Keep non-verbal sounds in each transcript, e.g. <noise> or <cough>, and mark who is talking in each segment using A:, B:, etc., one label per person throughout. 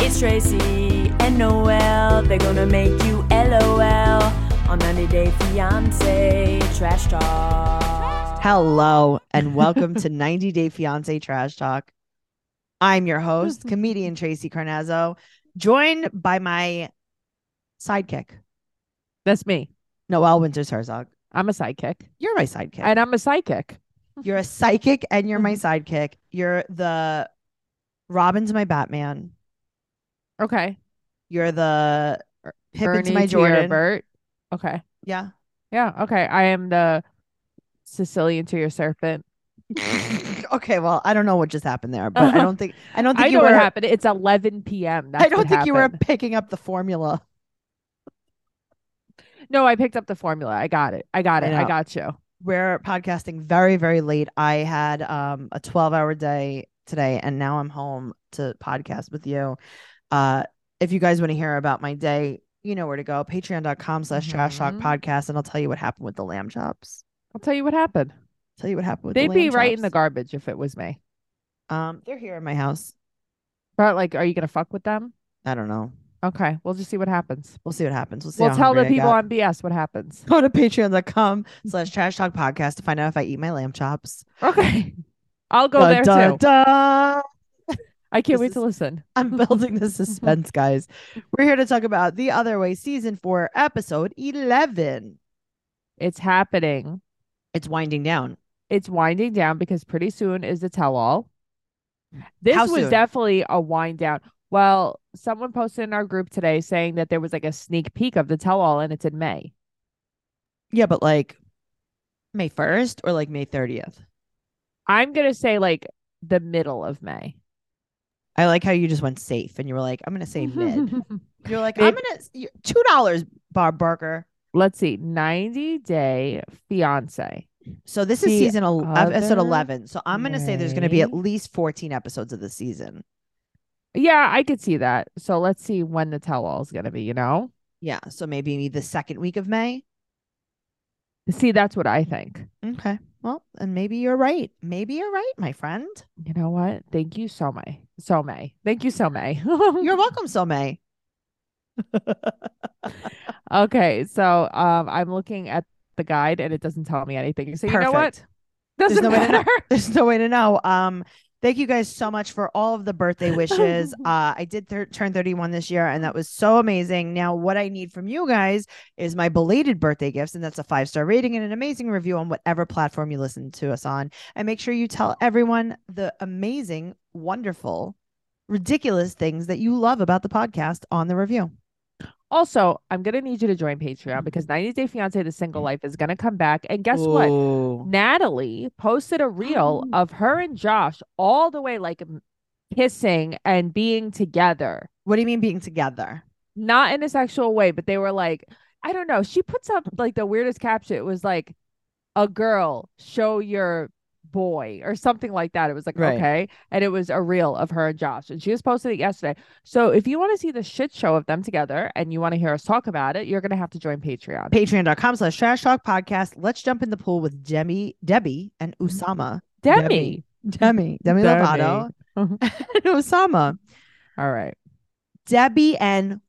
A: It's Tracy and Noel. They're gonna make you LOL on 90 Day Fiance Trash Talk.
B: Hello and
C: <laughs>
B: welcome to 90 Day Fiance Trash Talk. I'm
C: <laughs>
B: your host, comedian Tracy Carnazzo, joined by my sidekick,
C: That's me.
B: Noelle Winters Herzog.
C: I'm a sidekick.
B: You're my sidekick.
C: And I'm a psychic.
B: you're a psychic and you're my
C: Mm-hmm.
B: sidekick. You're the Robin's my Batman.
C: Okay.
B: You're the Pippin's
C: Bernie
B: my
C: Tier
B: Jordan.
C: Bert. Okay. <laughs>
B: Yeah.
C: Yeah. Okay. I am the Sicilian to your serpent.
B: okay, well, I don't know what just happened there, but I don't think I don't think
C: I
B: you
C: know what
B: were
C: happened. It's 11 p.m. That's
B: I don't
C: what
B: think you were
C: happened.
B: picking up the formula.
C: No, I picked up the formula. I got it. I got
B: I
C: it. I
B: know.
C: got you.
B: we're podcasting very very late i had um a 12 hour day today and now i'm home to podcast with you uh if you guys want to hear about my day you know where to go patreon.com slash trash talk
C: Mhm.
B: podcast and i'll tell you what happened with the lamb chops
C: I'll tell you what happened.
B: tell you what happened with
C: They'd
B: the
C: be
B: lamb
C: right in the
B: chops.
C: garbage if it was me.
B: um they're here in my house
C: But like, are you gonna fuck with them?
B: i don't know
C: Okay. We'll just see what happens.
B: we'll see what happens we'll see
C: We'll
B: how
C: tell the
B: hungry I
C: people
B: got.
C: on BS what happens.
B: go to patreon.com slash trash talk podcast to find out if i eat my lamb chops
C: Okay. <laughs> I'll go
B: Dun,
C: there
B: dun,
C: too.
B: dun.
C: I can't
B: uh, This
C: wait to listen.
B: <laughs> I'm building the suspense, guys. We're here to talk about The Other Way, season four, episode 11.
C: It's happening.
B: It's winding down.
C: it's winding down because pretty soon is the tell all. This
B: How
C: was
B: soon?
C: definitely a wind down. Well, someone posted in our group today saying that there was like a sneak peek of the tell all and it's in May.
B: Yeah, but like May 1st or like May 30th.
C: I'm going to say like the middle of May.
B: I like how you just went safe and you were like, I'm going to
C: <laughs>
B: say mid. You're like, I'm
C: Mid.
B: going to, $2, Bob Barker.
C: Let's see. 90 day fiance.
B: So this is
C: The
B: season el- episode
C: other
B: 11. So I'm going to say there's going to be at
C: way.
B: least 14 episodes of the season.
C: Yeah, I could see that. So let's see when the tell all is going to be, you know?
B: Yeah. So maybe the second week of May.
C: See, that's what I think.
B: Okay. Well, and maybe you're right. Maybe you're right, my friend.
C: You know what? Thank you so much. So May. Thank you so May.
B: You're welcome, so May.
C: <laughs> Okay, so um, I'm looking at the guide and it doesn't tell me anything. So you know what?
B: Perfect. <laughs>
C: Doesn't
B: no way to know.
C: matter. <laughs>
B: There's no way to know. Um, thank you guys so much for all of
C: <laughs>
B: the birthday wishes. uh, I did thir- turn 31 this year, and that was so amazing. Now, what I need from you guys is my belated birthday gifts, and that's a five star rating and an amazing review on whatever platform you listen to us on. And make sure you tell everyone the amazing, wonderful, ridiculous things that you love about the podcast on the review.
C: Also, I'm gonna need you to join Patreon
B: Mm-hmm.
C: because 90 Day Fiance: The
B: Mm.
C: Single Life is gonna come back, and guess what? Natalie posted a reel
B: Oh.
C: of her and Josh all the way like m- kissing and being together,
B: What do you mean being together?
C: not in a sexual way, but they were like, I don't know. She puts up like the weirdest caption. It was like, a girl show your boy or something like that. It was like,
B: Right.
C: okay. And it was a reel of her and Josh. And she just posted it yesterday. So if you want to see the shit show of them together and you want to hear us talk about it, you're gonna have to join Patreon.
B: patreon.com slash trash talk podcast let's jump in the pool with demi debbie and usama
C: Demi.
B: Mm-hmm. demi <laughs> demi lovato and usama
C: All right.
B: debbie and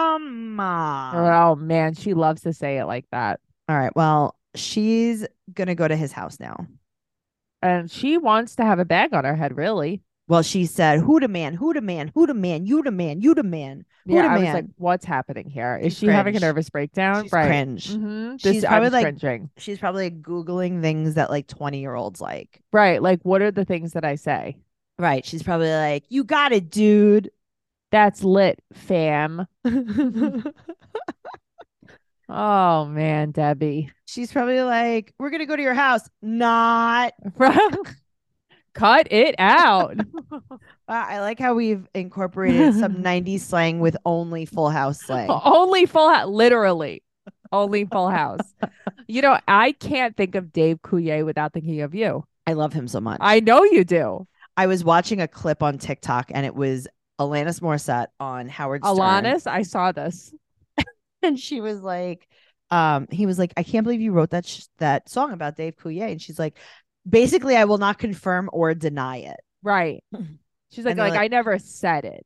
B: usama
C: Oh man, she loves to say it like that.
B: all right well she's gonna go to his house now
C: And she wants to have a bag on her head, really.
B: well she said who the man who the man who the man you the man you the man Who
C: yeah,
B: da
C: I was
B: man?
C: like, what's happening here? Is
B: She's
C: she having a
B: cringe.
C: nervous breakdown?
B: she's
C: right.
B: cringe
C: Mhm. This,
B: She's probably
C: I'm
B: like-
C: cringing.
B: she's probably googling things that like 20 year olds like
C: Right. Like, what are the things that I say?
B: right she's probably like you got it dude
C: That's lit,
B: <laughs>
C: fam. Oh man, Debbie. <laughs>
B: She's probably like, "We're gonna go to your house." Not.
C: Cut it
B: <laughs>
C: out.
B: Wow, Uh, I like how we've incorporated
C: <laughs>
B: some '90s slang with only Full House slang.
C: Only full house, literally. Only full
B: <laughs>
C: house. You know, I can't think of Dave Coulier without thinking of you.
B: I love him so much.
C: I know you do.
B: I was watching a clip on TikTok, and it was Alanis Morissette on Howard Stern.
C: Alanis, <laughs> I saw this.
B: and she was like, um, he was like, "I can't believe you wrote that sh- that song about <laughs> Dave Coulier," and she's like, "Basically, I will not confirm or deny it."
C: Right. She's like,
B: And they're
C: like,
B: like-
C: I never said it.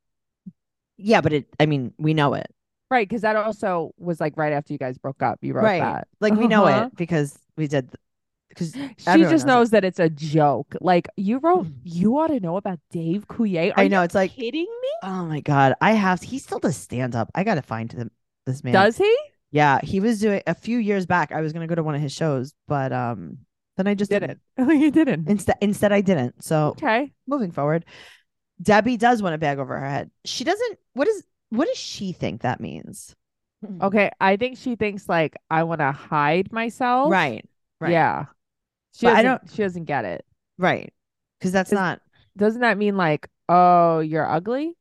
B: Yeah, but it. I mean, we know it.
C: Right. Cause that also was like right after you guys broke up. You wrote
B: Right.
C: that.
B: Like we know
C: Uh-huh.
B: it because we did. Because
C: She
B: Everyone
C: just
B: knows it.
C: knows Mm. that it's a joke. Like you wrote, you ought to know about Dave Coulier. Are
B: I know it's
C: you
B: like,
C: kidding me?
B: oh my god, I have. He still does stand up. I gotta find him. This man
C: Does he? <laughs>
B: Yeah, he was doing a few years back. I was gonna go to one of his shows, but um, then I just
C: Did it? you didn't.
B: Instead, instead I didn't. So
C: Okay.
B: moving forward, Debbie does want a bag over her head. She doesn't. What is? What does she think that means?
C: Okay. I think she thinks like I want to hide myself.
B: Right. Right.
C: Yeah. She
B: But I
C: doesn't, She doesn't get it.
B: Right. Because that's
C: Is-
B: not.
C: Doesn't that mean like, oh, you're ugly?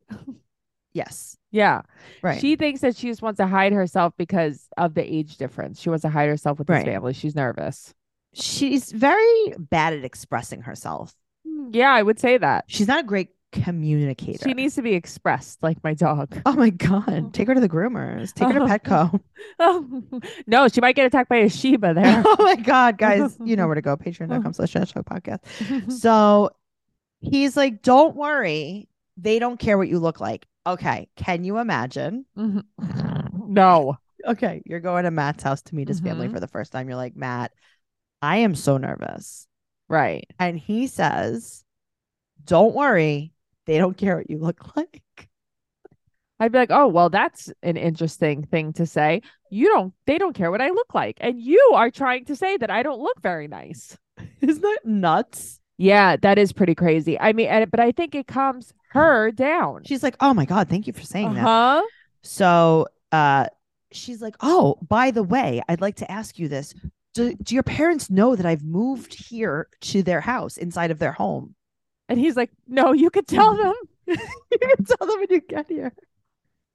B: Yes.
C: Yeah.
B: Right.
C: She thinks that she just wants to hide herself because of the age difference. She wants to hide herself with
B: Right.
C: this family. She's nervous.
B: She's very bad at expressing herself.
C: Mm, Yeah, I would say that.
B: She's not a great communicator.
C: She needs to be expressed like my dog.
B: Oh my god! Take her to the groomers. Take her to
C: Oh.
B: Petco.
C: <laughs> no, she might get attacked by a Sheba
B: <laughs>
C: there. <laughs>
B: oh my god, guys! You know where to go. Patreon.com/slash Trash Talk Podcast. So he's like, don't worry. They don't care what you look like. Okay. Can you imagine?
C: Mhm. no.
B: Okay. You're going to Matt's house to meet his family
C: Mhm.
B: for the first time. You're like, Matt, I am so nervous.
C: Right.
B: And he says, don't worry. They don't care what you look <laughs> like.
C: I'd be like, oh, well, that's an interesting thing to say. You don't, they don't care what I look like. And you are trying to say that I don't look very nice.
B: Isn't that nuts?
C: Yeah, that is pretty crazy. I mean, and, but I think it calms her down.
B: She's like, oh my God, thank you for saying that.
C: Uh-huh.
B: So uh, she's like, oh, by the way, I'd like to ask you this. Do, do your parents know that I've moved here to their house inside of their home?
C: And he's like, no, you could
B: <laughs>
C: tell them.
B: you can <laughs> tell them when you get here.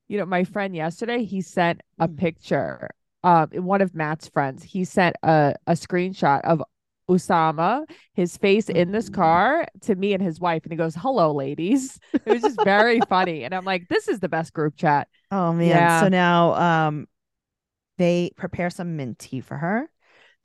C: You know, my friend yesterday, he sent a
B: Mm.
C: picture. Um, one of Matt's friends, he sent a, a screenshot of Usama, his face in
B: Mm.
C: this car to me and his wife. And he goes, hello, ladies. It was just
B: <laughs>
C: very funny. And I'm like, this is the best group chat.
B: Oh man.
C: Yeah.
B: So now um they prepare some mint tea for her.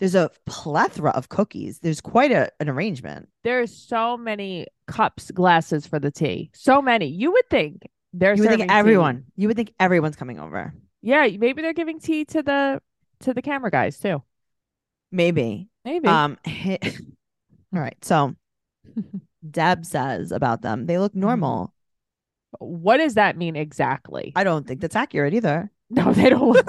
B: There's a plethora of cookies. There's quite a, an arrangement.
C: There's so many cups, glasses for the tea. So many. You would think they're
B: you would think
C: serving tea.
B: everyone, you would think everyone's coming over.
C: Yeah, maybe they're giving tea to the to the camera guys too.
B: Maybe.
C: Maybe.
B: Um <laughs> All right. So Deb says about them, they look normal.
C: what does that mean exactly?
B: I don't think that's accurate either.
C: <laughs> No, they don't look.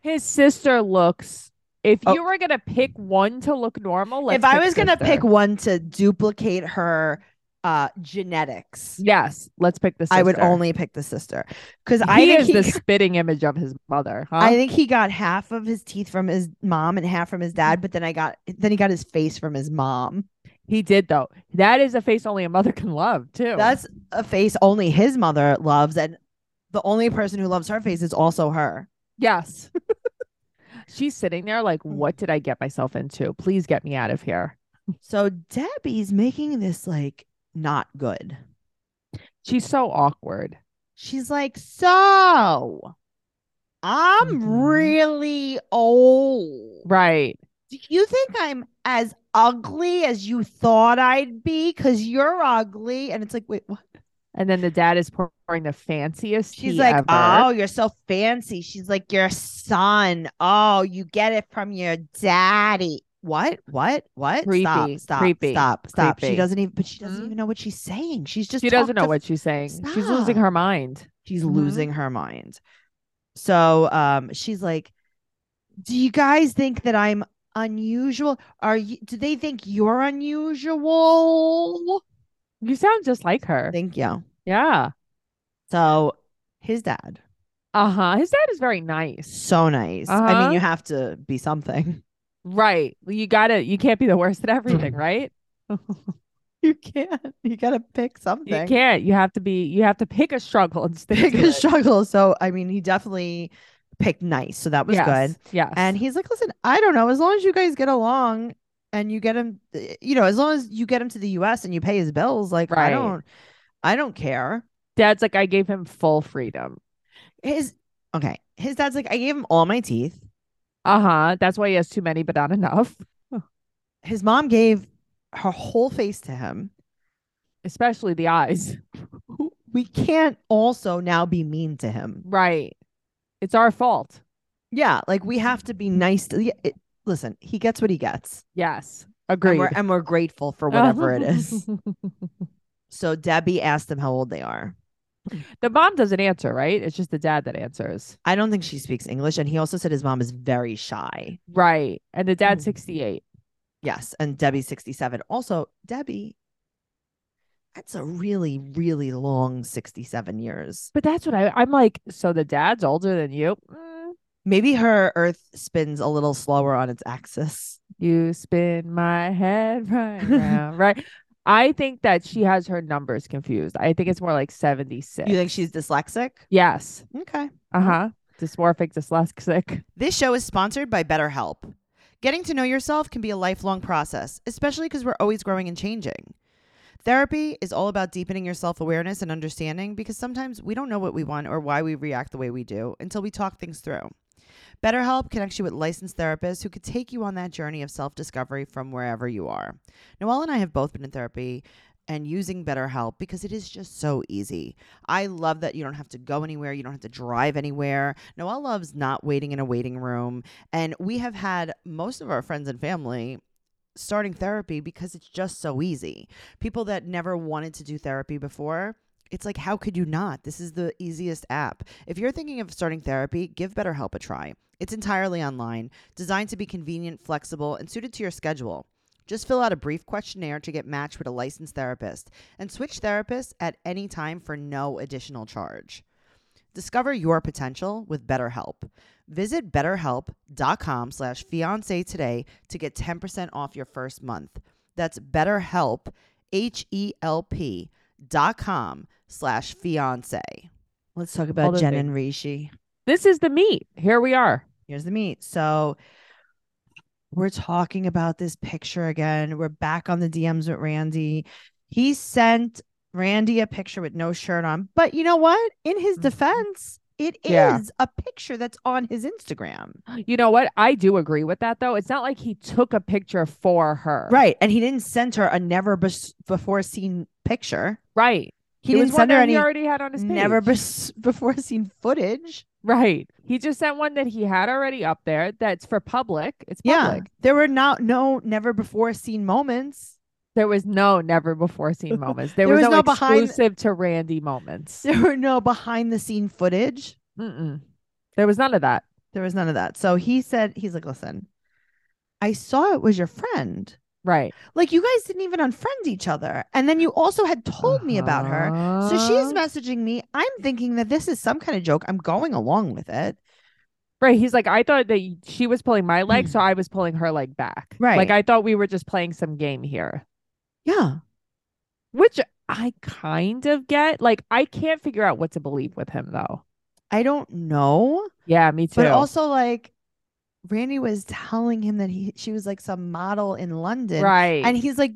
C: His sister looks. If
B: Oh.
C: you were gonna pick one to look normal, let's
B: if I
C: pick
B: was gonna pick
C: sister.
B: one to duplicate her uh genetics,
C: yes, let's pick the sister.
B: I would only pick the sister. Because I
C: He
B: think
C: is
B: he <laughs>
C: the spitting image of his mother. Huh?
B: I think he got half of his teeth from his mom and half from his dad, but then I got then he got his face from his mom.
C: he did though. That is a face only a mother can love too.
B: That's a face only his mother loves, and the only person who loves her face is also her.
C: yes.
B: <laughs>
C: She's sitting there like, what did I get myself into? Please get me out of here.
B: So Debbie's making this like not good.
C: She's so awkward.
B: She's like, so I'm
C: Mhm.
B: really old.
C: Right.
B: Do you think I'm as ugly as you thought I'd be? Cause you're ugly. And it's like, wait, what?
C: And then the dad is pouring the fanciest.
B: She's
C: tea
B: like,
C: ever.
B: oh, you're so fancy. She's like, your son. Oh, you get it from your daddy. What? What? What? stop!
C: Creepy,
B: Stop!
C: creepy,
B: Stop! Stop! She
C: creepy.
B: doesn't even. But she doesn't
C: Mhm.
B: even know what she's saying. She's just.
C: she doesn't
B: talked
C: know
B: to-
C: what she's saying. She's losing
B: Stop.
C: her mind.
B: She's
C: Mhm.
B: losing her mind. So, um, she's like, "Do you guys think that I'm unusual? Are you? Do they think you're unusual?
C: You sound just like her.
B: Thank you."
C: yeah.
B: So, his dad,
C: Uh huh. His dad is very nice.
B: so nice. I
C: Uh-huh.
B: mean, you have to be something.
C: Right. You gotta. You can't be the worst at
B: <laughs>
C: everything, right?
B: You can't. You gotta pick something.
C: You can't. You have to be. You have to pick a struggle and stick
B: pick
C: to
B: a
C: it.
B: struggle. So I mean, he definitely picked nice. So that was
C: yes.
B: good.
C: Yes.
B: And he's like, listen, I don't know. As long as you guys get along and you get him, eh, you know, as long as you get him to the U.S. and you pay his bills, like I
C: Right.
B: don't, I don't care.
C: dad's like, I gave him full freedom.
B: His okay. His dad's like, I gave him all my teeth.
C: Uh huh. That's why he has too many, but not enough.
B: His mom gave her whole face to him.
C: especially the eyes.
B: We can't also now be mean to him.
C: Right. It's our fault.
B: Yeah, like we have to be nice to. yeah, It, listen, he gets what he gets,
C: Yes.
B: and
C: Agreed.
B: we're, and we're grateful for whatever it is. So Debbie asked them how old they are.
C: the mom doesn't answer, right? It's just the dad that answers.
B: I don't think she speaks English, and he also said his mom is very shy.
C: Right. And the dad's
B: Mm.
C: 68.
B: Yes, and Debbie's sixty-seven. Also, Debbie, that's a really, really long sixty-seven years.
C: But that's what I, I'm like. So the dad's older than you. Mm.
B: Maybe her Earth spins a little slower on its axis.
C: You spin my head right round,
B: <laughs>
C: right? I think that she has her numbers confused. I think it's more like 76.
B: You think she's dyslexic?
C: Yes.
B: Okay.
C: Uh huh. Dysmorphic, dyslexic.
B: This show is sponsored by BetterHelp. Getting to know yourself can be a lifelong process, especially because we're always growing and changing. Therapy is all about deepening your self awareness and understanding because sometimes we don't know what we want or why we react the way we do until we talk things through. BetterHelp connects you with licensed therapists who could take you on that journey of self discovery from wherever you are. Noelle and I have both been in therapy and using BetterHelp because it is just so easy. I love that you don't have to go anywhere, you don't have to drive anywhere. Noelle loves not waiting in a waiting room. And we have had most of our friends and family starting therapy because it's just so easy. People that never wanted to do therapy before. It's like, how could you not? This is the easiest app. If you're thinking of starting therapy, give BetterHelp a try. It's entirely online, designed to be convenient, flexible, and suited to your schedule. Just fill out a brief questionnaire to get matched with a licensed therapist and switch therapists at any time for no additional charge. Discover your potential with BetterHelp. Visit betterhelp.com slash fiance today to get 10% off your first month. That's betterhelp, H-E-L-P dot com slash fiance. Let's talk about
C: Hold on,
B: Jen
C: babe.
B: and Rishi.
C: This is the meat. Here we are.
B: Here's the meat. So we're talking about this picture again. We're back on the DMs with Randy. He sent Randy a picture with no shirt on. But you know what? In his
C: Mhm.
B: defense, it is
C: Yeah.
B: a picture that's on his Instagram.
C: You know what? I do agree with that, though. It's not like he took a picture for her.
B: Right. And he didn't send her a never bes- before seen picture.
C: Right.
B: He
C: it
B: didn't
C: was one
B: send her
C: that he
B: any
C: already had on his page.
B: never bes- <laughs> before seen footage.
C: Right. He just sent one that he had already up there that's for public. It's
B: <laughs> Yeah.
C: public.
B: There were not no never before seen moments.
C: There was no never before
B: <laughs>
C: seen moments. There,
B: There
C: was,
B: was
C: no,
B: no behind-
C: exclusive to Randy moments.
B: There were no behind the scene footage.
C: Mm-mm. There was none of that.
B: There was none of that. So he said, he's like, listen, I saw it was your friend.
C: Right.
B: Like you guys didn't even unfriend each other. And then you also had told me about her. So she's
C: Uh-huh.
B: messaging me. I'm thinking that this is some kind of joke. I'm going along with it.
C: Right. He's like, I thought that y- she was pulling my leg,
B: <clears throat>
C: so I was pulling her leg back.
B: Right.
C: Like I thought we were just playing some game here,
B: Yeah.
C: which I kind of get. Like I can't figure out what to believe with him though.
B: I don't know.
C: Yeah, me too.
B: But also like Randy was telling him that he she was like some model in London.
C: right.
B: And he's like,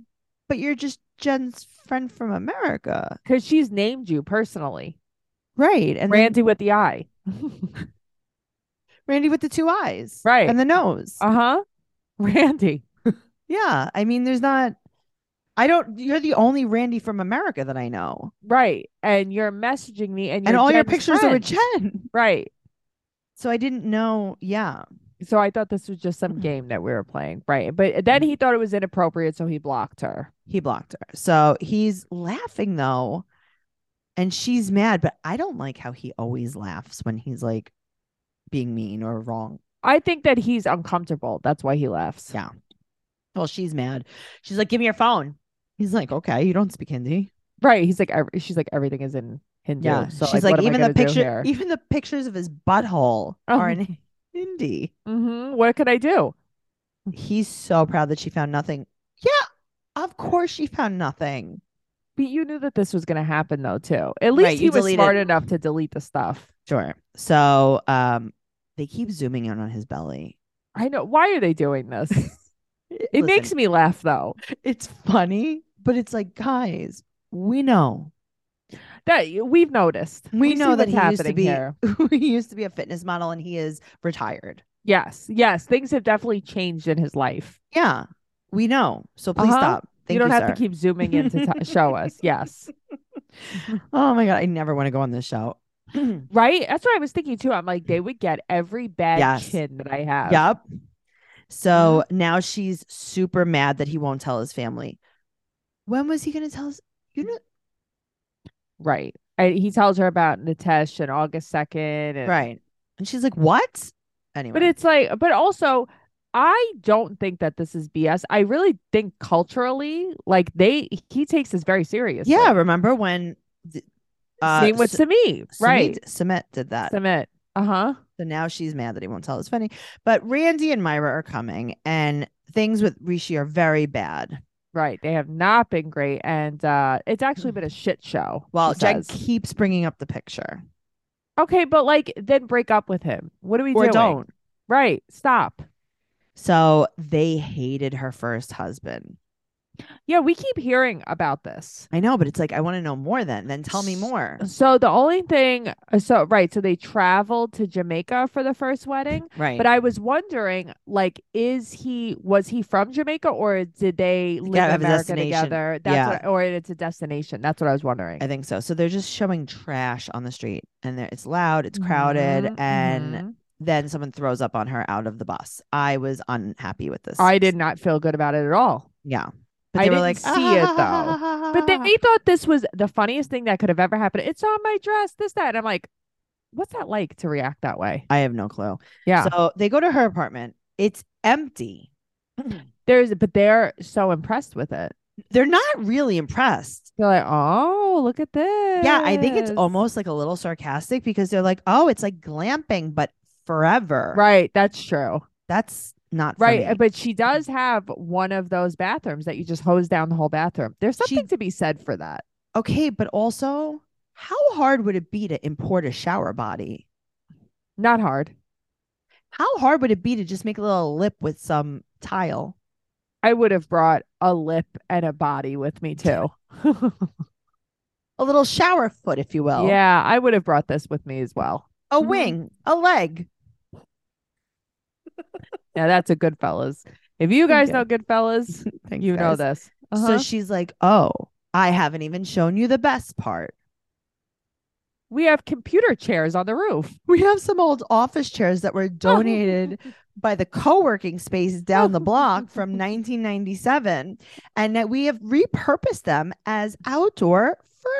B: but you're just Jen's friend from America.
C: Because she's named you personally,
B: Right. And
C: Randy
B: Randy,
C: with the eye.
B: Randy with the two eyes.
C: Right.
B: And the nose.
C: Uh huh. <laughs> Randy.
B: Yeah, I mean, there's not. I don't. You're the only Randy from America that I know,
C: Right. And you're messaging me and,
B: and
C: you're
B: all your
C: Jen's
B: pictures are with
C: friend.
B: Jen.
C: Right.
B: So I didn't know. Yeah,
C: So I thought this was just some
B: Mm-mm.
C: game that we were playing. Right. But then he thought it was inappropriate, so he blocked her.
B: he blocked her. So he's laughing though, and she's mad. But I don't like how he always laughs when he's like being mean or wrong.
C: I think that he's uncomfortable. That's why he laughs.
B: Yeah. Well, she's mad. She's like, "Give me your phone." He's like, "Okay, you don't speak Hindi."
C: Right. He's like, every, she's like, everything is in Hindu.
B: Yeah.
C: So
B: she's like,
C: what am I
B: "Even the
C: gonna do
B: picture, e-,
C: here?
B: even the pictures of his butthole are
C: Oh.
B: in Hindi."
C: Mhm, What could I do?
B: He's so proud that she found nothing. Yeah, of course she found nothing.
C: But you knew that this was going to happen, though, too. At least
B: Right,
C: he
B: you
C: was
B: deleted-
C: smart enough to delete the stuff.
B: Sure. So um they keep zooming in on his belly.
C: I know. Why are they doing
B: <laughs>
C: this? It makes me laugh, though.
B: it's funny, but it's like, guys, we know.
C: That we've noticed.
B: We,
C: see
B: know that
C: what's
B: he used to
C: happening
B: be
C: here.
B: <laughs> he used to be a fitness model and he is retired.
C: Yes, yes, things have definitely changed in his life.
B: Yeah. We know. So please
C: Uh-huh.
B: stop. Thank
C: you don't have to
B: sir. <laughs>
C: keep zooming in to t- show us. Yes.
B: Oh my god, I never want to go on this <clears throat> show. yep.
C: Right? That's what I was thinking too. I'm like, they would get every bad
B: Yes.
C: chin that I have.
B: So now she's super mad that he won't tell his family. When was he going to tell us? You know,
C: Right. I, he tells her about Nitesh and August 2nd. And,
B: right? And she's like, "What?" Anyway,
C: But it's like, but also, I don't think that this is BS. I really think culturally, like they, he takes this very seriously.
B: yeah. Remember when? th- Uh,
C: Same with
B: S-
C: Sami,
B: Sumit-
C: right?
B: Sumit did that.
C: Sumit. Uh huh.
B: So now she's mad that he won't tell his funny. But Randy and Myra are coming, and things with Rishi are very bad.
C: Right. They have not been great. And uh it's actually been a shit show.
B: Hmm. Well,
C: she
B: Jen
C: says.
B: keeps bringing up the picture.
C: Okay, but like then break up with him. What do we
B: Or
C: doing?
B: don't.
C: Right. Stop.
B: So they hated her first husband.
C: Yeah, we keep hearing about this.
B: I know, but it's like I want to know more. Then, then tell me more.
C: So the only thing so right, so they traveled to Jamaica for the first wedding.
B: Right.
C: But I was wondering, like, is he was he from Jamaica or did they live
B: gotta
C: in
B: have a
C: America
B: destination.
C: together? That's
B: Yeah.
C: what, or it's a destination. That's what I was wondering.
B: I think so. So they're just showing trash on the street, and they're- it's loud, it's crowded,
C: Mhm,
B: and
C: mhm.
B: then someone throws up on her out of the bus. I was unhappy with this.
C: I did not feel good about it at all.
B: Yeah.
C: I didn't
B: "Ah,
C: see it, though. But they, they thought this was the funniest thing that could have ever happened. It's on my dress, this, that. And I'm like, what's that like to react that way?
B: I have no clue.
C: Yeah.
B: So they go to her apartment. It's
C: <clears throat>
B: empty.
C: There's, but they're so impressed with it.
B: They're not really impressed.
C: They're like, oh, look at this.
B: Yeah, I think it's almost like a little sarcastic because they're like, "Oh, it's like glamping, but forever."
C: right. That's true.
B: That's not for
C: Right.
B: me.
C: But she does have one of those bathrooms that you just hose down the whole bathroom. There's
B: She-
C: something to be said for that.
B: okay, but also, how hard would it be to import a shower body?
C: Not hard.
B: How hard would it be to just make a little lip with some tile?
C: I would have brought a lip and a body with me
B: <laughs>
C: too. <laughs>
B: A little shower foot, if you will.
C: Yeah, I would have brought this with me as well.
B: A
C: Mhm.
B: wing, a leg.
C: Yeah, that's a good fellas. If you guys
B: you.
C: know good fellas,
B: Thanks,
C: you know
B: guys.
C: this.
B: So
C: Uh-huh.
B: she's like, "Oh, I haven't even shown you the best part.
C: we have computer chairs on the roof.
B: We have some old office chairs that
C: Oh.
B: were donated by the co-working space down the
C: <laughs>
B: block from 1997 and that we have repurposed them as outdoor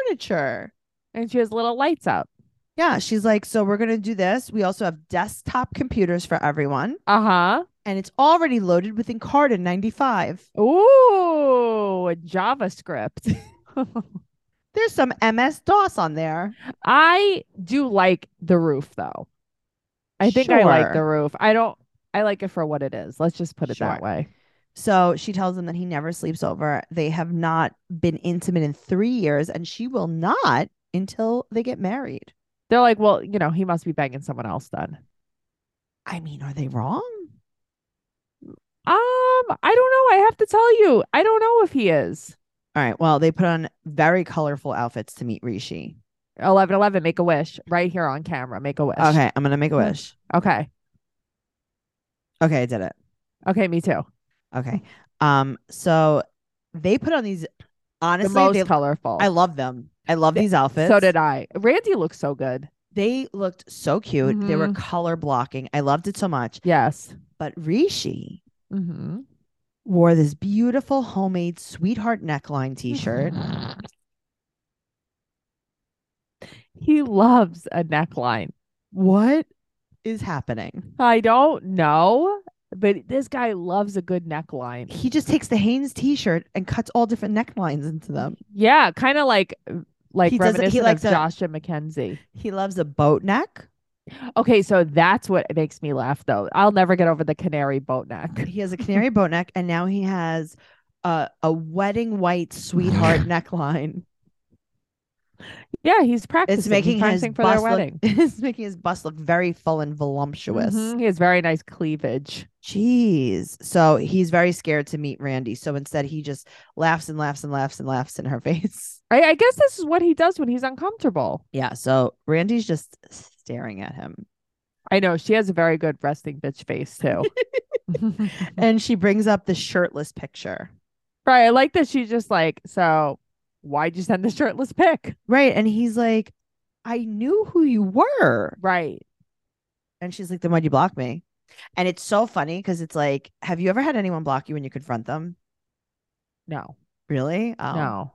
B: furniture."
C: and she has little lights up.
B: Yeah, she's like, "So we're going to do this. We also have desktop computers for everyone
C: Uh-huh.
B: and it's already loaded with Encarta 95.
C: Ooh, JavaScript. <laughs>
B: There's some MS DOS on there."
C: I do like the roof though. I think I like the
B: Sure.
C: roof. I don't I like it for what it is. Let's just put it that
B: Sure.
C: way.
B: So she tells him that he never sleeps over. They have not been intimate in three years, and she will not until they get married.
C: They're like, well, you know, he must be banging someone else then.
B: I mean, are they wrong?
C: Um, I don't know. I have to tell you. I don't know if he is.
B: All right. Well, they put on very colorful outfits to meet Rishi.
C: Eleven, eleven. make a wish right here on camera. Make a wish.
B: Okay. I'm going to make a
C: Yeah.
B: wish.
C: Okay.
B: Okay. I did it.
C: Okay. Me too.
B: Okay. Um, so they put on these, honestly,
C: the most
B: they,
C: colorful.
B: I love them. I love
C: Th-
B: these outfits.
C: so did I. Randy looks so good.
B: they looked so cute. They were
C: Mhm.
B: color blocking. I loved it so much.
C: Yes.
B: But Rishi
C: Mm-hmm.
B: wore this beautiful homemade sweetheart
C: <laughs>
B: neckline t-shirt.
C: He loves a neckline.
B: what is happening?
C: I don't know, but this guy loves a good neckline.
B: He just takes the Hanes t-shirt and cuts all different necklines into them.
C: Yeah, kind of like like
B: He does- he
C: reminiscent
B: likes
C: of
B: a-
C: Josh and Mackenzie.
B: He loves a boat neck.
C: Okay, so that's what makes me laugh though. I'll never get over the canary boat neck.
B: He has a canary boat neck, and now he has a a wedding
C: <laughs>
B: white sweetheart neckline.
C: Yeah, he's practicing.
B: It's making
C: he's
B: his
C: practicing for
B: bust
C: their
B: look,
C: wedding.
B: <laughs>
C: Mm-hmm,
B: it's making his bust look very full and voluptuous.
C: Mhm, He has very nice cleavage.
B: Jeez. So he's very scared to meet Randy. So instead, he just laughs and laughs and laughs and laughs in her <laughs> face.
C: I, I guess this is what he does when he's uncomfortable.
B: Yeah. So Randy's just staring at him.
C: I know she has a very good
B: <laughs>
C: resting bitch face too. <laughs> Mm.
B: and she brings up the shirtless picture.
C: Right. I like that she's just like, so why'd you send the shirtless pic?
B: Right. And he's like, I knew who you were.
C: Right.
B: And she's like, then why'd you block me? And it's so funny because it's like, have you ever had anyone block you when you confront them?
C: No.
B: Really? Um,
C: No.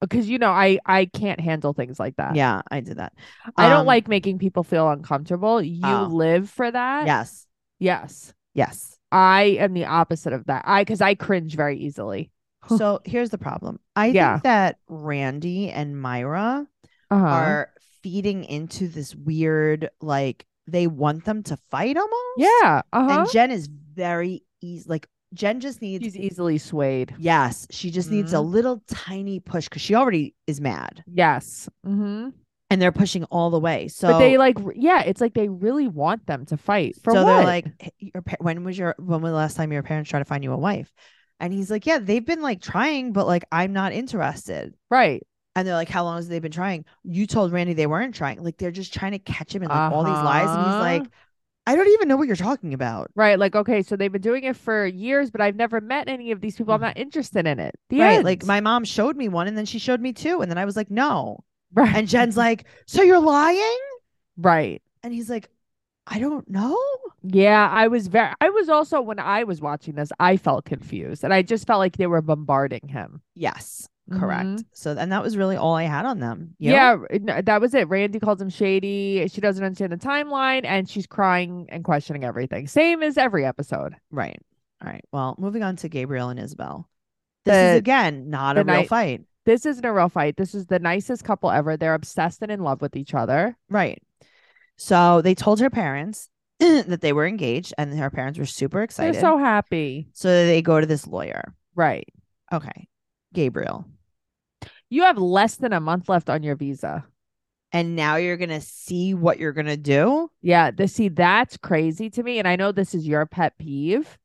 C: Because you know, I I can't handle things like that.
B: Yeah, I did that.
C: I don't
B: Um,
C: like making people feel uncomfortable. You
B: Oh.
C: live for that.
B: Yes.
C: Yes. <laughs>
B: Yes.
C: I am the opposite of that. I because I cringe very easily.
B: so here's the problem. I
C: Yeah.
B: think that Randy and Myra
C: Uh-huh.
B: are feeding into this weird, like, they want them to fight almost.
C: yeah. Uh huh.
B: uh-huh. And Jen is very easy. Like, Jen just needs
C: She's easily swayed.
B: Yes, she just needs a
C: Mhm.
B: little tiny push because she already is mad,
C: Yes. Mm-hmm.
B: and they're pushing all the way. So
C: but they like, re- yeah, it's like they really want them to fight for
B: so
C: what?
B: they're like, "H- your pa- when was your when was the last time your parents tried to find you a wife? And he's like, yeah, they've been like trying, but like I'm not interested.
C: right.
B: And they're like, how long has they been trying? You told Randy they weren't trying. Like they're just trying to catch him in like all these lies, and he's
C: Uh-huh.
B: like, I don't even know what you're talking about.
C: Right. Like, okay, so they've been doing it for years, but I've never met any of these people. I'm
B: Mhm.
C: not interested in it. The
B: Right? Like
C: end.
B: my mom showed me one, and then she showed me two, and then I was like, no.
C: <laughs> right.
B: And Jen's like, so you're lying?
C: right.
B: And he's like, I don't know.
C: Yeah, I was very I was also when I was watching this, I felt confused and I just felt like they were bombarding him.
B: Yes, correct.
C: Mhm.
B: So and that was really all I had on them. you know?
C: Yeah, r- no, that was it. Randy calls him shady. She doesn't understand the timeline and she's crying and questioning everything. Same as every episode.
B: Right. All right. Well, moving on to Gabriel and Isabel. This is
C: The-
B: again not a
C: the
B: real
C: night-
B: fight.
C: This isn't a real fight. This is the nicest couple ever. They're obsessed and in love with each other.
B: Right. So they told her parents <clears throat> that they were engaged and her parents were super excited.
C: They're so happy.
B: so they go to this lawyer.
C: Right.
B: Okay. Gabriel.
C: You have less than a month left on your visa.
B: And now you're gonna see what you're gonna do.
C: Yeah, the, see, that's crazy to me. And I know this is your pet peeve,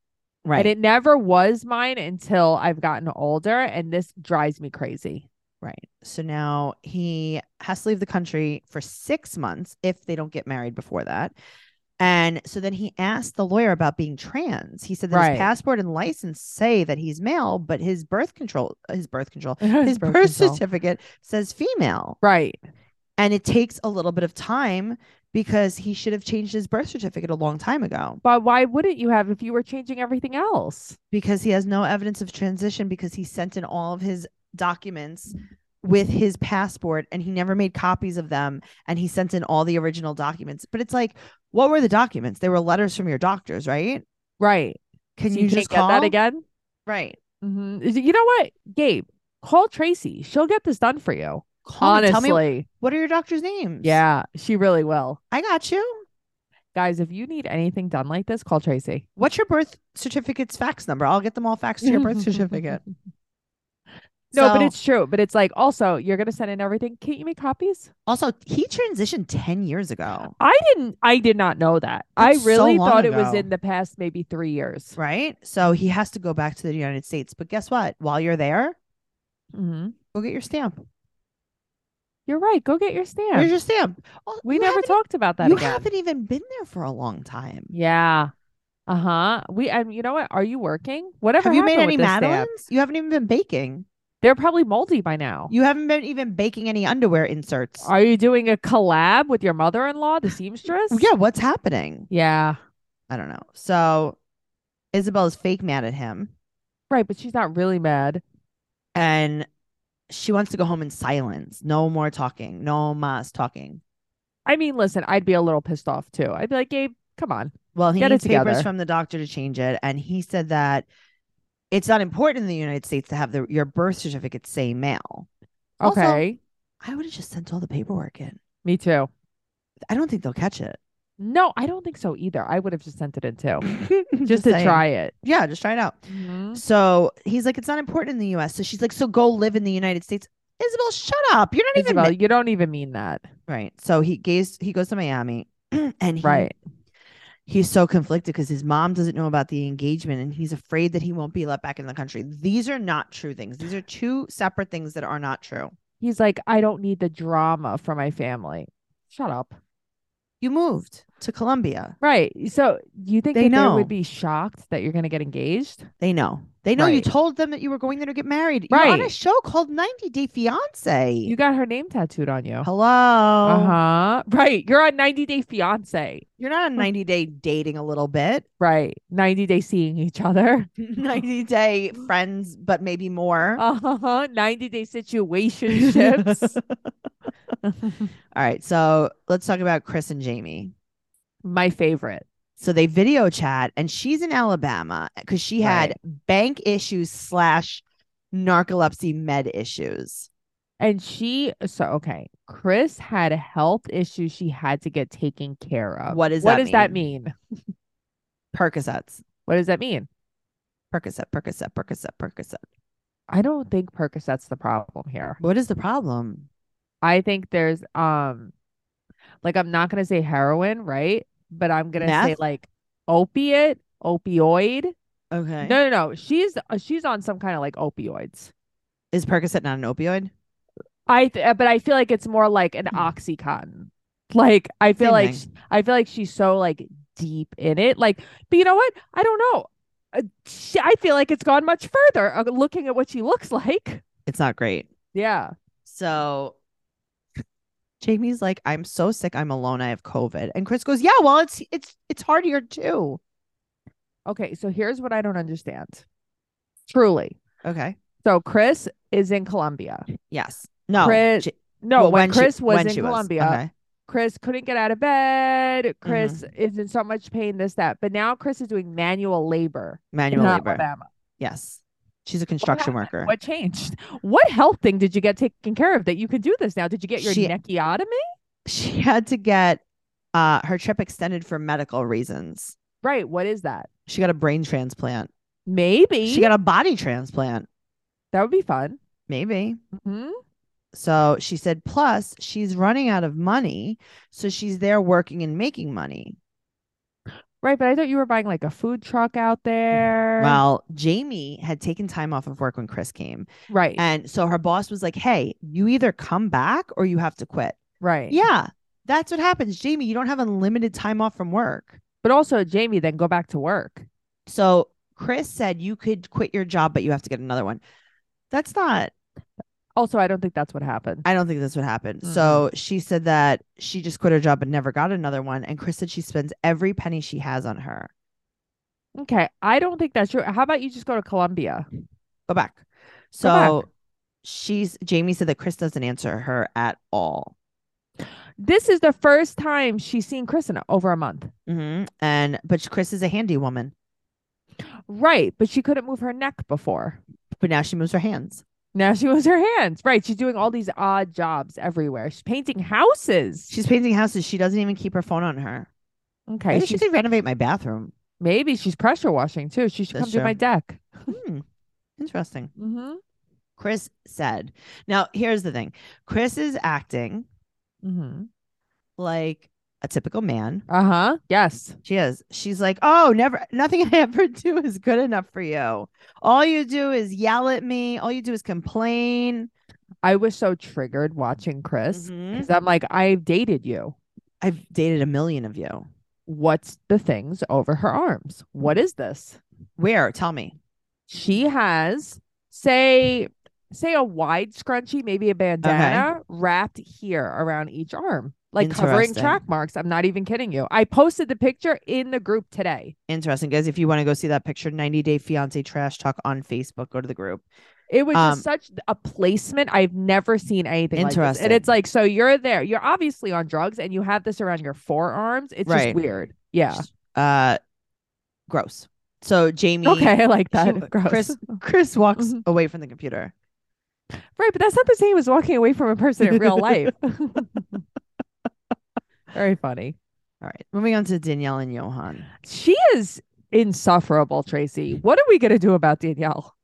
B: Right.
C: and it never was mine until I've gotten older, and this drives me crazy.
B: <laughs> right. So now he has to leave the country for six months if they don't get married before that. And so then he asked the lawyer about being trans. He said that
C: Right.
B: his passport and license say that he's male, but his birth control, his birth control, his
C: birth
B: birth,
C: control.
B: certificate says female.
C: Right.
B: And it takes a little bit of time because he should have changed his birth certificate a long time ago
C: But why wouldn't you have if you were changing everything else?
B: because he has no evidence of transition because he sent in all of his documents with his passport and he never made copies of them and he sent in all the original documents. But it's like, what were the documents? They were letters from your doctors, right?
C: Right.
B: Can
C: So
B: you,
C: can't
B: just
C: get
B: call
C: that again?
B: Right.
C: hmm You know what, Gabe? Call Tracy. She'll get this done for you.
B: Call me,
C: Honestly.
B: tell me what are your doctor's names?
C: yeah, she really will.
B: I got you.
C: Guys, if you need anything done like this, call Tracy.
B: What's your birth certificate's fax number? I'll get them all faxed to
C: <laughs>
B: your birth certificate.
C: No, but
B: So-
C: it's true. But it's like also you're gonna send in everything. Can't you make copies?
B: also he transitioned 10 years ago,
C: I didn't. I did not know that. I
B: That's so
C: really
B: long
C: thought it was
B: ago.
C: in the past, maybe three years.
B: right? So he has to go back to the United States. But guess what? While you're there,
C: hmm
B: go get your stamp.
C: You're right. Go get your stamp.
B: Where's your stamp? Oh,
C: we
B: you
C: never
B: haven't-
C: talked about that
B: You
C: again.
B: haven't even been there for a long time.
C: Yeah. Uh huh. We and you know what? Are you working? Whatever.
B: Have you made
C: happened
B: any
C: with this stamp?
B: madeleines? You haven't even been baking.
C: They're probably moldy by now.
B: You haven't been even baking any underwear inserts.
C: Are you doing a collab with your mother-in-law, the seamstress?
B: yeah, what's happening?
C: Yeah.
B: I don't know. So Isabel is fake mad at him
C: Right, but she's not really mad.
B: and she wants to go home in silence. No more talking. No mas talking.
C: I mean, listen, I'd be a little pissed off too. I'd be like, Gabe, come on.
B: Well, he
C: Get it
B: needs papers
C: together.
B: from the doctor to change it. And he said that it's not important in the United States to have the, your birth certificate say male. Also-
C: Okay.
B: I would have just sent all the paperwork in.
C: Me too.
B: I don't think they'll
C: <laughs>
B: catch it.
C: No, I don't think so either. I would have just sent it in <laughs> too.
B: just,
C: just Mm-hmm. to
B: saying.
C: try it.
B: Yeah, just try it out. So he's like, it's not important in the US. So she's like, so go live in the United States. Isabel, shut up. You're not even
C: Isabel, you don't even Mm-hmm. mean that.
B: right. So he goes, he goes to Miami <clears throat> and he,
C: Right.
B: he's so conflicted because his mom doesn't know about the engagement and he's afraid that he won't be let back in the country. These are not true things. These are two separate things that are not true.
C: He's like, I don't need the drama for my family. Shut up.
B: you moved to Columbia.
C: Right. So you think
B: They
C: that they
B: know.
C: would be shocked that you're going to get engaged?
B: They know. They know you
C: Right.
B: told them that you were going there to get married. You're on a
C: Right.
B: show called 90 Day Fiance.
C: You got her name tattooed on you.
B: Hello.
C: Uh huh. Right. You're on 90 Day Fiance.
B: You're not on 90 Day dating a little bit.
C: Right. 90 Day seeing each <laughs> other.
B: 90 Day friends, but maybe more.
C: Uh huh. 90 Day <laughs> situationships.
B: <laughs> All right. So let's talk about Chris and Jamie.
C: My favorite.
B: So they video chat, and she's in Alabama because she had bank issues slash narcolepsy med issues.
C: And she, so okay, Chris had a health issue she had to get taken care of.
B: What does
C: what
B: that
C: does that mean?
B: Percocets,
C: What does that mean?
B: Percocet, Percocet, Percocet, Percocet.
C: I don't think Percocet's the problem here.
B: What is the problem?
C: I think there's um like I'm not gonna say heroin, right? But I'm gonna say
B: Meth?
C: like opiate, opioid.
B: Okay.
C: No, no, no. She's uh, she's on some kind of like opioids.
B: Is Percocet not an opioid?
C: I th- uh, but I feel like it's more like an
B: Hmm.
C: oxycontin. Like I feel
B: Same
C: like
B: thing.
C: sh- I feel like she's so like deep in it. Like, but you know what? I don't know. Uh, she, I feel like it's gone much further. Uh, looking at what she looks <laughs> like.
B: It's not great.
C: Yeah.
B: So Jamie's like, I'm so sick. I'm alone. I have COVID. And Chris goes, Yeah, well, it's it's it's hard here too.
C: Okay. So here's what I don't understand. Truly.
B: Okay.
C: So Chris is in Colombia.
B: Yes. No.
C: Chris-
B: J-
C: No,
B: well,
C: when,
B: she-
C: Chris was
B: when
C: in
B: she
C: Colombia,
B: Okay. Mm-hmm.
C: Chris couldn't get out of bed. Chris is in so much pain, this, that. But now Chris is doing manual labor in
B: Manual labor.
C: Alabama.
B: Yes. She's a construction worker.
C: What changed? What health thing did you get taken care of that you could do this now? Did you get your
B: She-
C: neciotomy?
B: She had to get uh her trip extended for medical reasons.
C: Right. What is that?
B: She got a brain transplant.
C: Maybe.
B: She got a body transplant.
C: that would be fun.
B: Maybe.
C: Mhm.
B: So she said, plus she's running out of money. So she's there working and making money.
C: Right. But I thought you were buying like a food truck out there.
B: Well, Jamie had taken time off of work when Chris came.
C: right.
B: And so her boss was like, Hey, you either come back or you have to quit.
C: right.
B: Yeah, that's what happens. Jamie, you don't have unlimited time off from work.
C: But also, Jamie, then go back to work.
B: So Chris said, You could quit your job, but you have to get another one. That's not,
C: Also, I don't think that's what happened.
B: I don't think that's what happened. So she said that she just quit her job but never got another one. And Chris said she spends every penny she has on her.
C: Okay. I don't think that's true. How about you just go to Colombia?
B: Go back. So
C: back.
B: she's, Jamie said that Chris doesn't answer her at all.
C: This is the first time she's seen Chris in over a month.
B: hmm And, but Chris is a handy woman,
C: Right. But she couldn't move her neck before.
B: but now she moves her hands.
C: Now she moves her hands. Right. She's doing all these odd jobs everywhere. She's painting houses.
B: She's painting houses. She doesn't even keep her phone on her.
C: okay.
B: Maybe she
C: she's,
B: could renovate my bathroom.
C: maybe she's pressure washing too. She should
B: That's
C: come do my
B: true.
C: deck.
B: Hmm. Interesting.
C: Mm-hmm.
B: Chris said. Now, here's the thing Chris is acting
C: Mm-hmm.
B: like a typical man.
C: Uh huh. Yes.
B: She is. She's like, oh, never, nothing I ever do is good enough for you. All you do is yell at me. All you do is complain.
C: I was so triggered watching Chris
B: Mhm.
C: because I'm like, I've dated you.
B: I've dated a million of you.
C: What's the things over her arms? What
B: Mm-hmm.
C: is this?
B: Where? Tell me.
C: She has say say a wide scrunchie, maybe a bandana wrapped here around each arm, like covering
B: Interesting.
C: track marks. I'm not even kidding you. I posted the picture in the group today.
B: Interesting, guys. If you want to go see that picture, 90 Day Fiance Trash Talk on Facebook, go to the group.
C: It was
B: Um,
C: just such a placement. I've never seen anything like this.
B: Interesting.
C: And it's like, so you're there. You're obviously on drugs and you have this around your forearms. It's just
B: Right.
C: weird. Yeah.
B: Uh, gross. So,
C: <laughs>
B: Jamie.
C: Okay. I like
B: she-
C: that.
B: <laughs>
C: Gross.
B: Chris Chris walks
C: Mhm.
B: away from the computer.
C: <laughs> Right. But that's not the same as walking away from a person in
B: <laughs>
C: real life. <laughs> Very funny.
B: All right. Moving on to Danielle and Johan.
C: She is insufferable, Tracy. What are we going to do about Danielle?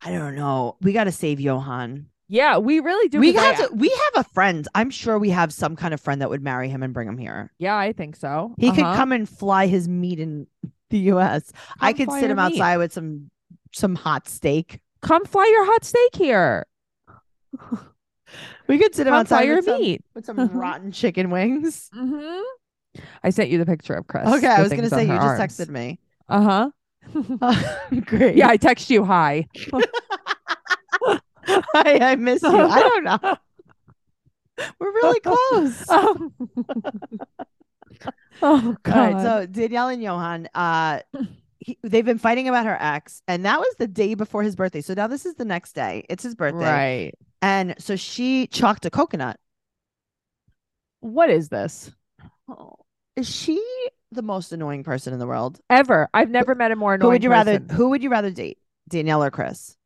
B: I don't know. We got to save Johan.
C: Yeah. We Oh, really do.
B: we
C: 'cause I-
B: have to. We have a friend. I'm sure we have some kind of friend that would marry him and bring him here.
C: Yeah. I think so.
B: He could
C: Uh-huh.
B: come and fly his meat in the U.S. I
C: Come
B: could
C: fly
B: sit
C: your
B: him
C: meat.
B: outside with some some hot steak.
C: Come fly your hot steak here.
B: We could sit him
C: Come fly
B: outside
C: your
B: with some,
C: meat. <laughs>
B: with some rotten chicken wings.
C: Mm-hmm. I sent you the picture of Chris.
B: Okay, I
C: the
B: was gonna
C: things
B: say
C: on
B: you
C: her
B: just
C: arms.
B: texted me.
C: Uh huh. <laughs>
B: <laughs> Great.
C: yeah, I text you.
B: <laughs>
C: Hi.
B: I, I miss you. I
C: <laughs>
B: don't know. We're really close.
C: oh, <laughs> oh
B: All right,
C: God.
B: so Danielle and Johan, uh, he, they've been fighting about her ex, and that was the day before his birthday. So now this is the next day. It's his birthday,
C: right.
B: and so she chalked a coconut.
C: What is this?
B: Oh, is she the most annoying person in the world?
C: Ever? I've never met a more annoying.
B: who would you rather?
C: person.
B: Who would you rather date, Danielle or Chris?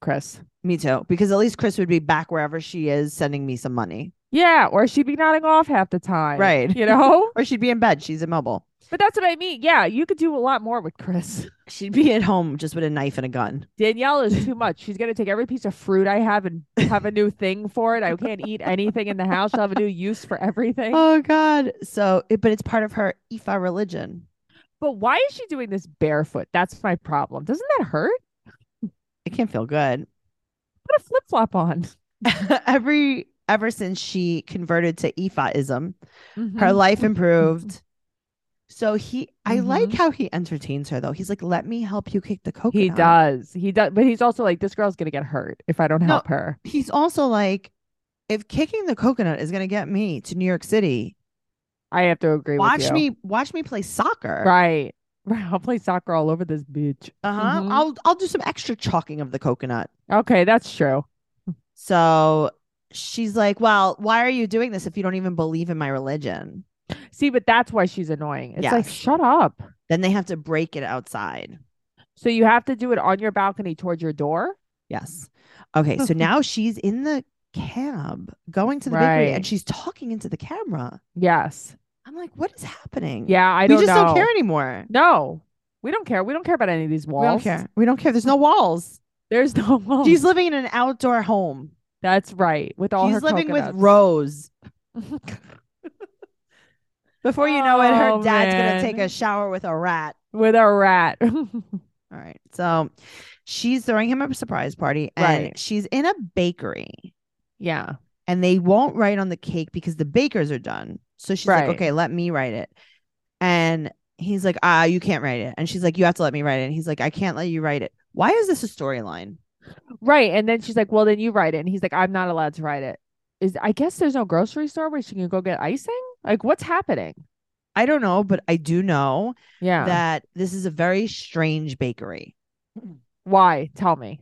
C: Chris?
B: Me too, because at least Chris would be back wherever she is, sending me some money,
C: Yeah, or she'd be nodding off half the time.
B: Right.
C: You <laughs> know.
B: or she'd be in bed. She's immobile.
C: but that's what I mean. Yeah, you could do a lot more with Chris.
B: She'd be at home just with a knife and a gun.
C: Danielle is too much. She's gonna take every piece of fruit I have and have a new thing for it. I can't eat anything in the house. She'll have a new use for everything.
B: Oh God! So, it, but it's part of her Ifa religion.
C: But why is she doing this barefoot? That's my problem. Doesn't that hurt?
B: It can't feel good. <laughs>
C: Put a flip flop on.
B: every ever since she converted to Ifaism,
C: Mm-hmm.
B: her life improved. So he, I like
C: Mhm.
B: how he entertains her though. He's like, "Let me help you kick the coconut."
C: He does. He does. But he's also like, this girl's gonna get hurt if I don't
B: No.
C: help her.
B: He's also like, "If kicking the coconut is gonna get me to New York City,
C: I have to agree with
B: watch
C: you.
B: me, watch me play soccer."
C: Right. <laughs> Right. I'll play soccer all over this bitch.
B: Uh huh.
C: Mhm.
B: I'll I'll do some extra chalking of the coconut.
C: Okay, that's true.
B: So she's like, "Well, why are you doing this if you don't even believe in my religion?"
C: See, but that's why she's annoying. It's like,
B: Yes.
C: shut up.
B: Then they have to break it outside.
C: So you have to do it on your balcony towards your door.
B: Yes. Okay.
C: <laughs>
B: So now she's in the cab going to the bakery
C: Right.
B: and she's talking into the camera. Yes. I'm like, what is happening?
C: Yeah, I
B: Mm. We
C: don't
B: just
C: know.
B: don't care anymore.
C: No, we don't care. We don't care about any of these walls. Oh.
B: We don't care. We don't care. There's no walls.
C: There's no <laughs> walls.
B: She's living in an outdoor home.
C: that's right. With all her
B: she's living with
C: coconuts. <laughs>
B: Rose. Before you know it, her
C: Oh,
B: dad's going to take
C: man.
B: a shower with a rat.
C: with a rat. <laughs>
B: All right. So she's throwing him a surprise party and
C: Right.
B: she's in a bakery.
C: yeah.
B: and they won't write on the cake because the bakers are done. So she's
C: Right.
B: like, okay, let me write it. And he's like, ah, you can't write it. And she's like, you have to let me write it. And he's like, I can't let you write it. Why is this a storyline?
C: Right. And then she's like, well, then you write it. And he's like, I'm not allowed to write it. Is I guess there's no grocery store where she can go get icing? Like, what's happening?
B: I don't know, but I do know
C: Yeah.
B: that this is a very strange bakery.
C: Why? Tell me.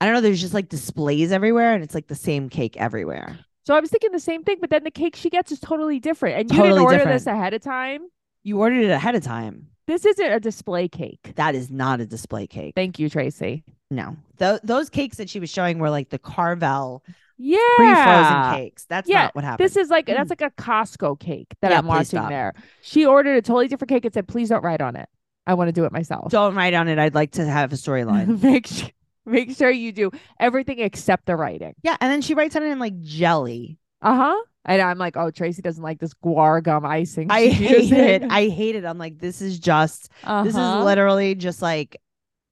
B: I don't know. There's just like displays everywhere, and it's like the same cake everywhere.
C: So I was thinking the same thing, but then the cake she gets is totally different. And you
B: Totally
C: didn't order
B: different.
C: this ahead of time.
B: You ordered it ahead of time.
C: This isn't a display cake.
B: That is not a display cake.
C: Thank you, Tracy.
B: No, Tho- those cakes that she was showing were like the Carvel
C: Yeah.
B: pre-frozen cakes. That's
C: Yeah,
B: not what happened.
C: This is like that's like a Costco cake that
B: Yeah,
C: I'm
B: please
C: watching
B: stop.
C: there. She ordered a totally different cake and said, please don't write on it. I want to do it myself.
B: don't write on it. I'd like to have
C: <laughs>
B: a storyline.
C: make sure make sure you do everything except the writing.
B: yeah, and then she writes on it in like jelly.
C: Uh-huh. And I'm like, oh, Tracy doesn't like this guar gum icing.
B: I
C: she's
B: hate
C: using."
B: it. I hate it. I'm like, this is just this
C: Uh-huh.
B: is literally just like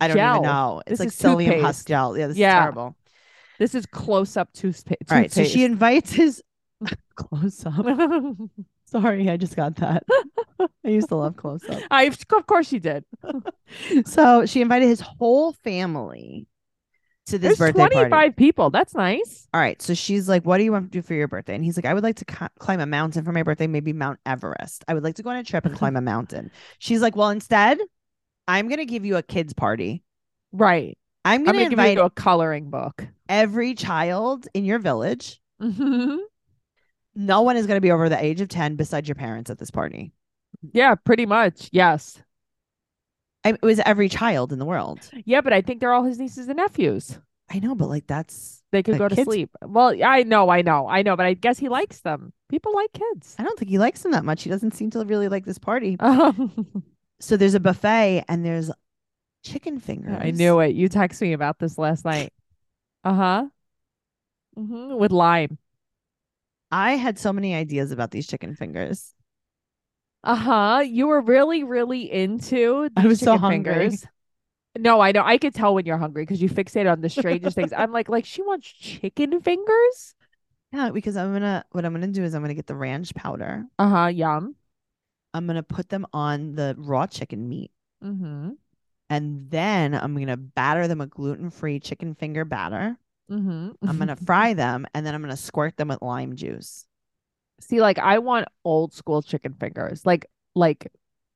B: I don't
C: Gel.
B: even know.
C: This
B: It's like
C: is
B: psyllium
C: toothpaste.
B: husk gel. Yeah, this
C: Yeah.
B: is terrible.
C: this is close up toothpaste.
B: All right, so she
C: toothpaste. <laughs>
B: invites his close up. Sorry, I just got <laughs> that. I used to love close up.
C: I of course she did.
B: So she invited his whole family to this
C: There's
B: birthday
C: 25
B: party.
C: people. That's nice.
B: All right. So she's like, What do you want to do for your birthday? And he's like, I would like to c- climb a mountain for my birthday, maybe Mount Everest. I would like to go on a trip and <laughs> climb a mountain. She's like, Well, instead, I'm going to give you a kids' party.
C: Right.
B: I'm
C: I'm
B: going to
C: gonna give you
B: invite
C: a coloring book. <laughs>
B: every child in your village.
C: hmm
B: No one is going to be over the age of 10 besides your parents at this party.
C: Yeah, pretty much. Yes.
B: I, it was every child in the world.
C: Yeah, but I think they're all his nieces and nephews.
B: I know, but like, that's,
C: They could
B: The
C: go to
B: kids-
C: sleep. Well, I know, I know, I know, but I guess he likes them. People like kids. <laughs>
B: I don't think he likes them that much. He doesn't seem to really like this party.
C: Um,
B: So there's a buffet and there's chicken fingers.
C: I knew it. You texted me about this last night. Uh huh. hmm With lime.
B: I had so many ideas about these chicken fingers.
C: Uh huh. You were really, really into.
B: I
C: these
B: was so
C: chicken
B: hungry.
C: fingers. No, I know. I could tell when you're hungry because you fixate on the strangest things. I'm like, like she wants chicken fingers.
B: Yeah, because I'm gonna what I'm gonna do is I'm gonna get the ranch powder
C: Uh huh. Yum.
B: I'm gonna put them on the raw chicken meat,
C: Mm-hmm.
B: and then I'm gonna batter them a gluten-free chicken finger batter.
C: Mm-hmm. <laughs>
B: I'm gonna fry them, and then I'm gonna squirt them with lime juice.
C: see like I want old school chicken fingers, like like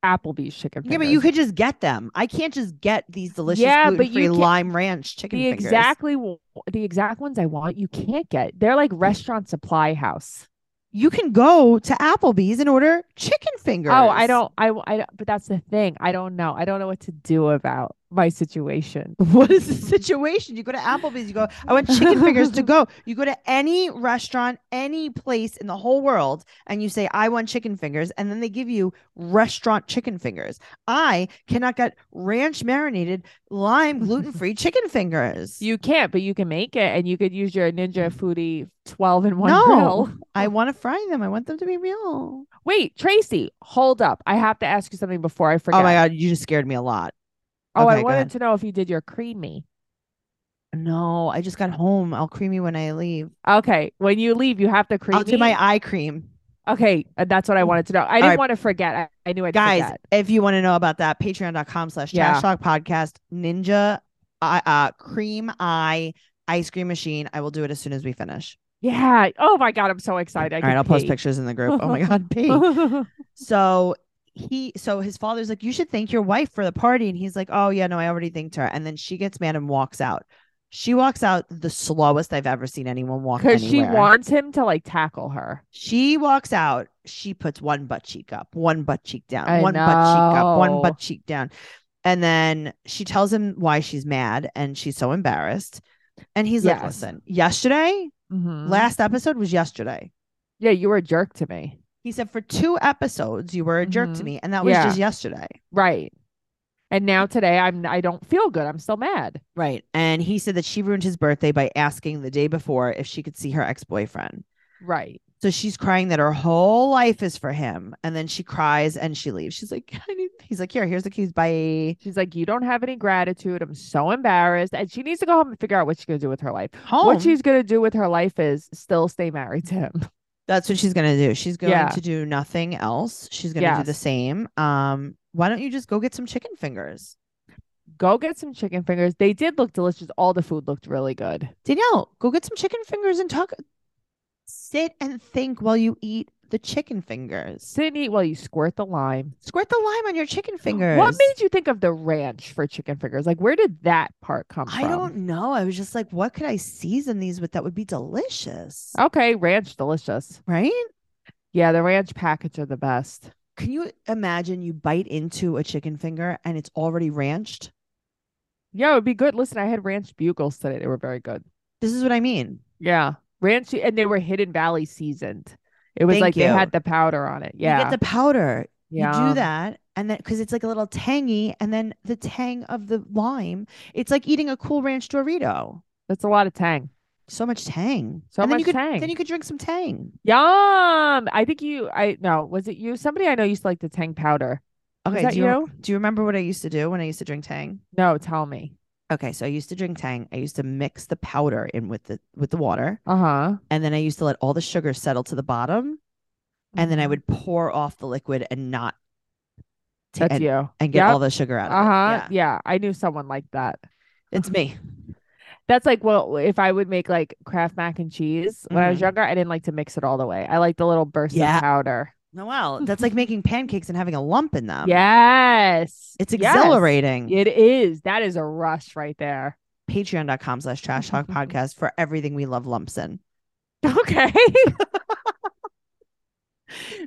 C: Applebee's chicken fingers.
B: Yeah, but you could just get them. I can't just get these delicious
C: Yeah, but you
B: gluten-free
C: can't-
B: lime ranch chicken
C: the
B: fingers.
C: exactly w- the exact ones I want you can't get. They're
B: Mm.
C: like restaurant supply house.
B: You can go to Applebee's and order chicken fingers.
C: Oh, I don't. I, w- I don't- But that's the thing. I don't know. I don't know what to do about my situation.
B: <laughs> What is the situation? You go to Applebee's, you go, I want chicken fingers to go. You go to any restaurant, any place in the whole world, and you say, I want chicken fingers. And then they give you restaurant chicken fingers. I cannot get ranch marinated, lime,
C: <laughs>
B: gluten free chicken fingers.
C: You can't, but you can make it, and you could use your Ninja Foodie twelve in one
B: No.
C: grill.
B: I want to fry them. I want them to be real.
C: Wait, Tracy, hold up. I have to ask you something before I forget.
B: Oh my God, you just scared me a lot.
C: Oh, I
B: Okay, go
C: wanted
B: ahead.
C: to know if you did your creamy.
B: No, I just got home. I'll cream you when I leave.
C: Okay, when you leave, you have to creamy.
B: I'll do my eye cream.
C: Okay, uh, that's what I wanted to know. I didn't
B: right.
C: want to forget. I, I knew I'd
B: guys
C: forget.
B: if you want to know about that patreon.com slash
C: Yeah.
B: trash talk podcast ninja uh, uh cream eye ice cream machine i will do it as soon as we finish
C: Yeah. Oh my god, I'm so excited. I
B: all right
C: could
B: i'll post
C: pee.
B: pictures in the group
C: <laughs>
B: oh my god pee so he so his father's like you should thank your wife for the party and he's like oh yeah no i already thanked her and then she gets mad and walks out she walks out the slowest i've ever seen anyone walk
C: Because she
B: anywhere.
C: wants him to like tackle her.
B: She walks out. She puts one butt cheek up, one butt cheek down,
C: I
B: one butt cheek up, one
C: know.
B: butt cheek down. And then she tells him why she's mad and she's so embarrassed. And he's like,
C: Yes.
B: listen, yesterday,
C: Mhm.
B: last episode was yesterday.
C: yeah, you were a jerk to me.
B: He said, for two episodes, you were a jerk to
C: Mhm.
B: me. And that was
C: Yeah.
B: just yesterday.
C: Right. And now today I'm I don't feel good. I'm still mad.
B: Right. And he said that she ruined his birthday by asking the day before if she could see her ex boyfriend.
C: Right.
B: So she's crying that her whole life is for him. And then she cries and she leaves. She's like, <laughs> I need, he's like, here, here's the keys. Bye.
C: She's like, you don't have any gratitude. I'm so embarrassed. And she needs to go home and figure out what she's gonna do with her life.
B: home.
C: What she's gonna do with her life is still stay married to him. <laughs>
B: that's what she's gonna do. She's going
C: Yeah.
B: to do nothing else. She's gonna do the
C: Yes.
B: same. Um, why don't you just go get some chicken fingers?
C: Go get some chicken fingers. They did look delicious. All the food looked really good.
B: Danielle, go get some chicken fingers and talk. Sit and think while you eat the chicken fingers.
C: Sit and eat while you squirt the lime.
B: Squirt the lime on your chicken fingers.
C: What made you think of the ranch for chicken fingers? Like, where did that part come
B: I
C: from?
B: don't know. I was just like, what could I season these with that would be delicious?
C: Okay, ranch, delicious.
B: Right?
C: Yeah, the ranch packets are the best.
B: Can you imagine you bite into a chicken finger and it's already ranched?
C: Yeah, it would be good. Listen, I had ranch bugles today. They were very good.
B: This is what I mean.
C: Yeah, ranch, and they were Hidden Valley seasoned. It was
B: Thank
C: like they
B: you.
C: had the powder on it. Yeah,
B: You get the powder.
C: yeah.
B: You do that, and then because it's like a little tangy, and then the tang of the lime. It's like eating a Cool Ranch Dorito.
C: That's a lot of tang.
B: So much tang.
C: So
B: and then you
C: much
B: could, Then
C: tang.
B: you could drink some tang.
C: Yum! I think you. I no. Was it you? Somebody I know used to like the tang powder. Was
B: Okay.
C: that
B: do you, rem-
C: you?
B: do you remember what I used to do when I used to drink tang?
C: No, tell me.
B: Okay, so I used to drink tang. I used to mix the powder in with the with the water,
C: Uh huh.
B: and then I used to let all the sugar settle to the bottom, and
C: Mm-hmm.
B: then I would pour off the liquid and not ta-
C: That's
B: and,
C: you.
B: and get
C: Yep.
B: all the sugar out of
C: Uh huh.
B: it.
C: Yeah. I knew someone like that.
B: Yeah,
C: <laughs>
B: it's me.
C: That's like well, if I would make like Kraft mac and cheese when I was
B: Mhm.
C: younger, I didn't like to mix it all the way. I like the little bursts
B: Yeah.
C: of powder.
B: Noelle, that's like making pancakes and having a lump in them.
C: yes,
B: Um, It's
C: Yes.
B: exhilarating.
C: It is. That is a rush right there. <laughs>
B: Patreon.com slash trash talk podcast for everything we love lumps in.
C: Okay.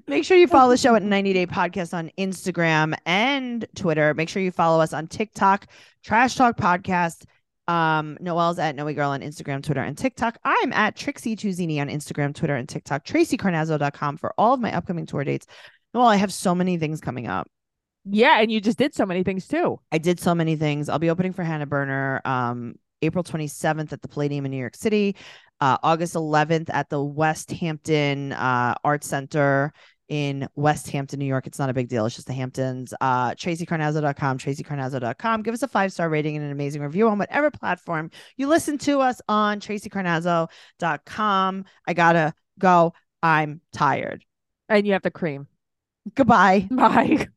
B: Make sure you follow the show at 90 Day Podcast on Instagram and Twitter. Make sure you follow us on TikTok, Trash Talk Podcast. Um, Noelle's at Noe Girl on Instagram, Twitter, and TikTok. I'm at Trixie Tuzini on Instagram, Twitter, and TikTok. TracyCarnazzo.com for all of my upcoming tour dates. Noelle, I have so many things coming up.
C: yeah, and you just did so many things too.
B: I did so many things. I'll be opening for Hannah Berner um, April 27th at the Palladium in New York City, uh, August 11th at the West Hampton uh, Art Center in West Hampton, New York. It's not a big deal. It's just the Hamptons. Uh, TracyCarnazzo.com, TracyCarnazzo.com. Give us a five-star rating and an amazing review on whatever platform you listen to us on, TracyCarnazzo.com. I gotta go. I'm tired.
C: And you have the cream. <laughs>
B: Goodbye.
C: Bye.